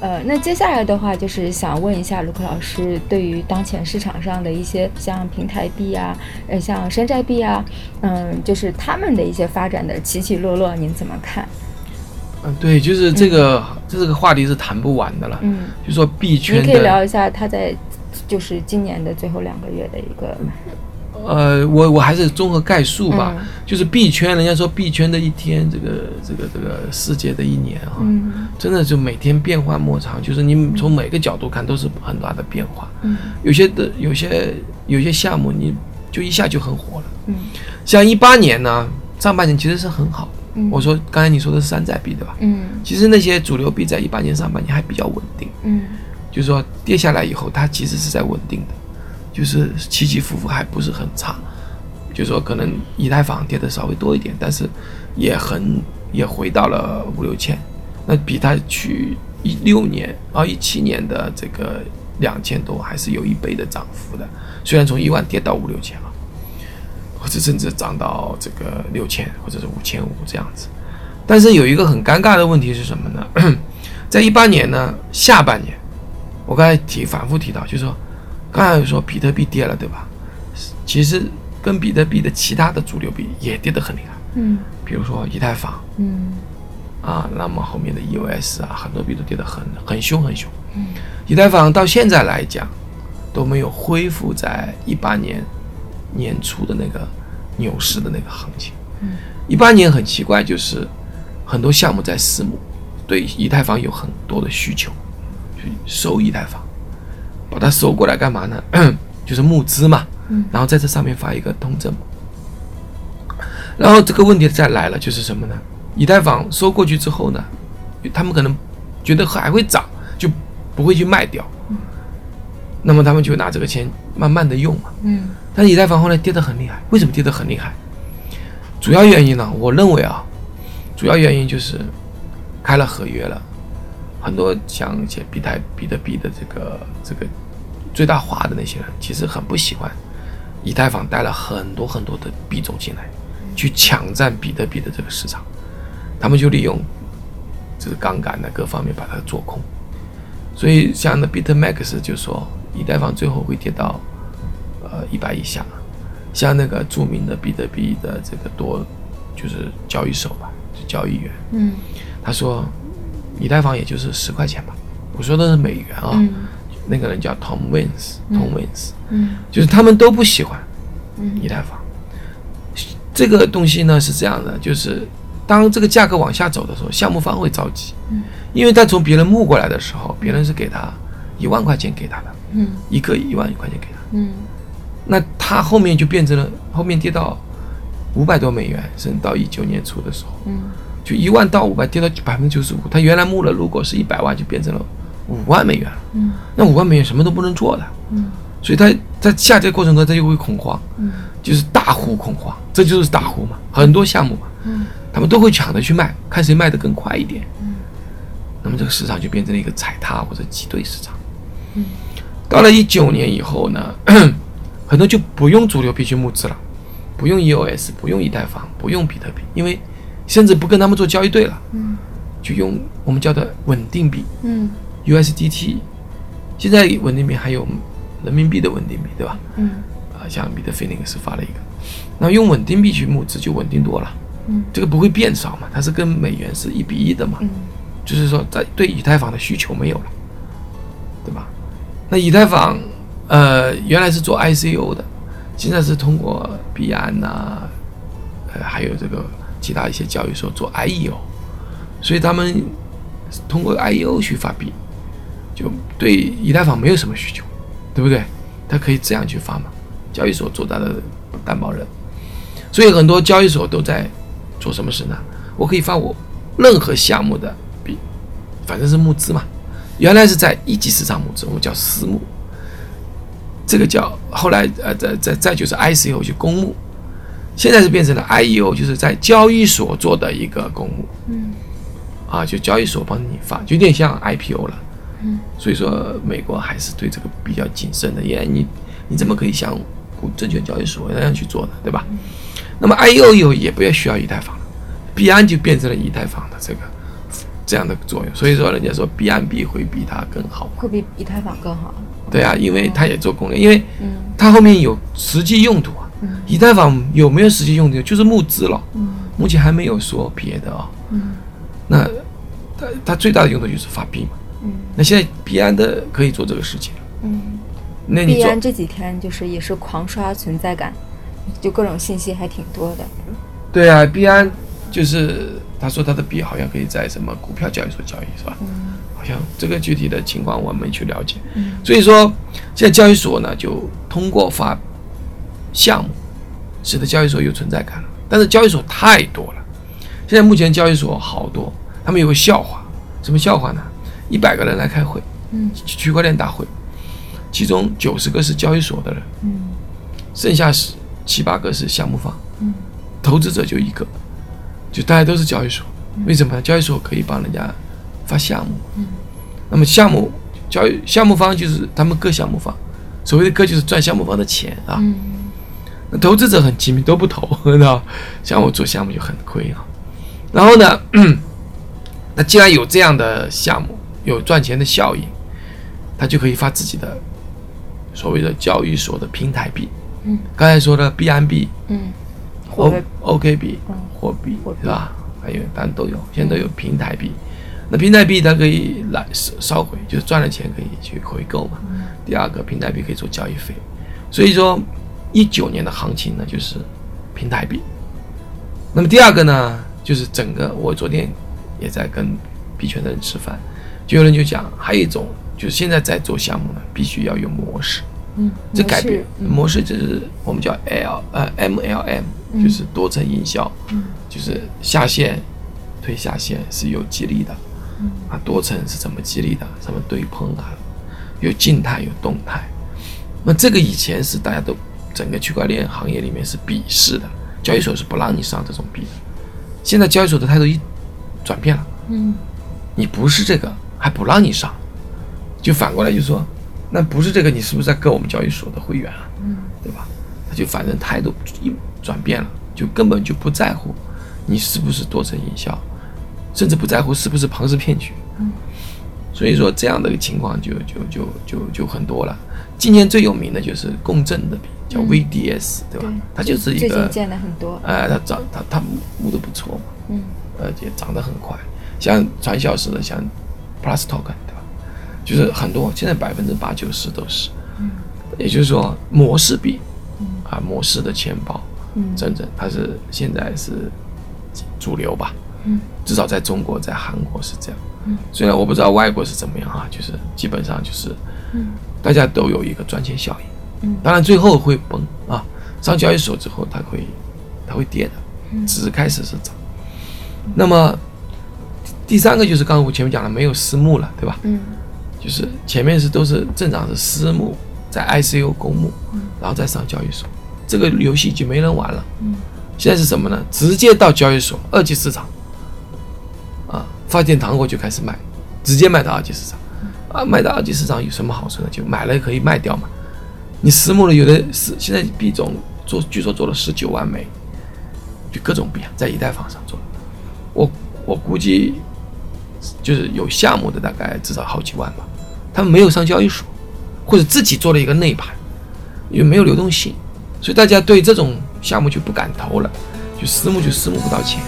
呃那接下来的话就是想问一下卢克老师，对于当前市场上的一些像平台币啊，呃，像山寨币啊，嗯，就是他们的一些发展的起起落落，您怎么看？嗯，对，就是这个，这个话题是谈不完的了。嗯，就说币圈您的，可以聊一下他在就是今年的最后两个月的一个呃，我我还是综合概述吧。嗯就是币圈，人家说币圈的一天，这个这个这个世界的一年啊，嗯真的就每天变幻莫常。就是你从每个角度看都是很大的变化。嗯有些的有些有些项目，你就一下就很火了。嗯像一八年呢，上半年其实是很好。嗯我说刚才你说的是山寨币对吧？嗯其实那些主流币在一八年上半年还比较稳定。嗯就是说跌下来以后，它其实是在稳定的，就是起起伏伏还不是很差。就是说可能以太坊跌的稍微多一点，但是也很也回到了五六千，那比它去一六年啊一七年的这个两千多还是有一倍的涨幅的，虽然从一万跌到五六千了，或者甚至涨到这个六千或者是五千五这样子。但是有一个很尴尬的问题是什么呢？ 在一八年呢下半年，我刚才提反复提到，就是说刚才有说比特币跌了，对吧？其实跟比特币的其他的主流币也跌得很厉害，嗯比如说以太坊嗯啊，那么后面的 EOS 啊，很多币都跌得很很凶很凶。嗯以太坊到现在来讲都没有恢复在一八年年初的那个牛市的那个行情。嗯一八年很奇怪，就是很多项目在私募，对以太坊有很多的需求，去收以太坊，把它收过来干嘛呢？ 就是募资嘛，嗯然后在这上面发一个通证。然后这个问题再来了，就是什么呢？以太坊收过去之后呢，他们可能觉得还会涨，就不会去卖掉，那么他们就拿这个钱慢慢的用嘛。嗯但是以太坊后来跌得很厉害，为什么跌得很厉害？主要原因呢，我认为啊，主要原因就是开了合约了，很多像一些比特比特币的这个这个最大化的那些人，其实很不喜欢以太坊带了很多很多的币种进来，去抢占比特币的这个市场，他们就利用就是杠杆的各方面把它做空，所以像那 BitMax 就说以太坊最后会跌到呃一百以下，像那个著名的比特币的这个多就是交易手吧，就交易员，嗯他说以太坊也就是十块钱吧，我说的是美元啊，嗯那个人叫 Tom Wins，Tom Wins，、嗯就是他们都不喜欢嗯以太坊。这个东西呢是这样的，就是当这个价格往下走的时候，项目方会着急，嗯因为他从别人募过来的时候，别人是给他一万块钱给他的，嗯一个一万块钱给他，嗯那他后面就变成了后面跌到五百多美元，甚至到一九年初的时候，嗯就一万到五百跌到百分之九十五，他原来募了如果是一百万就变成了五万美元了，嗯那五万美元什么都不能做的，嗯所以他在下跌过程中他就会恐慌，嗯就是大户恐慌，这就是大户嘛，很多项目嘛，嗯他们都会抢着去卖，看谁卖得更快一点。嗯那么这个市场就变成了一个踩踏或者挤兑市场。嗯到了一九年以后呢， 很多就不用主流币去募资了，不用 EOS，不用以太坊，不用比特币，因为甚至不跟他们做交易对了，嗯就用我们叫的稳定币嗯 USDT。现在稳定币还有人民币的稳定币，对吧？嗯啊，像彼得菲林克斯发了一个，那用稳定币去募资就稳定多了，嗯这个不会变少嘛，它是跟美元是一比一的嘛，嗯就是说在对以太坊的需求没有了，对吧？那以太坊，呃，原来是做 ICO 的，现在是通过币安呐、呃，还有这个其他一些交易所做 IEO，所以他们通过 IEO 去发币，就对以太坊没有什么需求，对不对？它可以这样去发嘛，交易所做它的担保人，所以很多交易所都在做什么事呢？我可以发我任何项目的币，反正是募资嘛。原来是在一级市场募资，我们叫私募，这个叫后来呃再再再就是 ICO 就公募，现在是变成了 IEO，就是在交易所做的一个公募嗯啊，就交易所帮你发，就有点像 IPO 了。嗯所以说美国还是对这个比较谨慎的，因为你你怎么可以像股证券交易所那样去做呢，对吧？嗯 E 那么 IEO 以后也不要需要以太坊了，币安就变成了以太坊的这个这样的作用。所以说，人家说 B M B 会比它更好。会比以太坊更好。对啊，因为它也做供电，因为嗯它后面有实际用途啊。嗯以太坊有没有实际用途？就是募资了，嗯目前还没有说别的啊、嗯那它它最大的用途就是发币嘛。嗯那现在币安的可以做这个事情了，嗯。那你币做安这几天就是也是狂刷存在感，就各种信息还挺多的。对啊，币安就是他说他的币好像可以在什么股票交易所交易是吧？嗯好像这个具体的情况我没去了解，嗯所以说现在交易所呢就通过发项目，使得交易所有存在感了。但是交易所太多了，现在目前交易所好多，他们有个笑话，什么笑话呢？一百个人来开会，嗯区区块链大会，其中九十个是交易所的人，嗯剩下十七八个是项目方。嗯投资者就一个，就大家都是交易所。为什么呢？交易所可以帮人家发项目，嗯那么项目交易项目方就是他们各项目方，所谓的各就是赚项目方的钱啊。嗯那投资者很机敏，都不投， 知道吧？像我做项目就很亏啊。然后呢， 那既然有这样的项目，有赚钱的效应，他就可以发自己的所谓的交易所的平台币。嗯刚才说的 BNB 嗯，火 O 的 OK 币嗯、货币货币是吧？还有当然都有，现在都有平台币。那平台币它可以来烧烧毁，就是赚了钱可以去回购嘛。嗯第二个，平台币可以做交易费，所以说一九年的行情呢就是平台币。那么第二个呢，就是整个我昨天也在跟币圈的人吃饭，就有人就讲，还有一种就是现在在做项目呢，必须要有模式。嗯，这模改式变嗯模式就是我们叫 L 呃 MLM，、嗯就是多层营销，嗯就是下线推下线是有激励的，啊多层是怎么激励的？什么对碰啊，有静态有动态。那这个以前是大家都整个区块链行业里面是鄙视的，交易所是不让你上这种币的。现在交易所的态度一转变了，嗯你不是这个还不让你上，就反过来就说，那不是这个你是不是在割我们交易所的会员啊？嗯对吧？他就反正态度一转变了，就根本就不在乎你是不是多层营销，甚至不在乎是不是庞氏骗局。嗯所以说这样的一个情况就就就就就很多了。今年最有名的就是共振的币，叫嗯 VDS，、对吧对？它就是一最个近，见的很多。呃，它涨，它它募的不错嘛，嗯而且呃涨得很快，像传销似的，像 Plus Token，对吧？就是很多，现在百分之八九十都是。嗯也就是说模式币嗯，啊，模式的钱包，嗯真正它是现在是主流吧，嗯至少在中国、在韩国是这样嗯。虽然我不知道外国是怎么样啊，就是基本上就是嗯大家都有一个赚钱效应，嗯当然最后会崩啊，上交易所之后它会它会跌的，嗯只是开始是涨。那么第三个就是刚刚我前面讲了，没有私募了，对吧？嗯就是前面是都是正常是私募，在 ICO 公募嗯，然后再上交易所，这个游戏就没人玩了。嗯现在是什么呢？直接到交易所二级市场，啊，发点糖果就开始卖，直接卖到二级市场，嗯啊，卖到二级市场有什么好处呢？就买了可以卖掉嘛。你私募的有的是现在币种做，据说做了十九万枚，就各种币啊，在以太坊上做的。我我估计就是有项目的大概至少好几万吧，他们没有上交易所，或者自己做了一个内盘，也没有流动性，所以大家对这种项目就不敢投了，就私募就私募不到钱。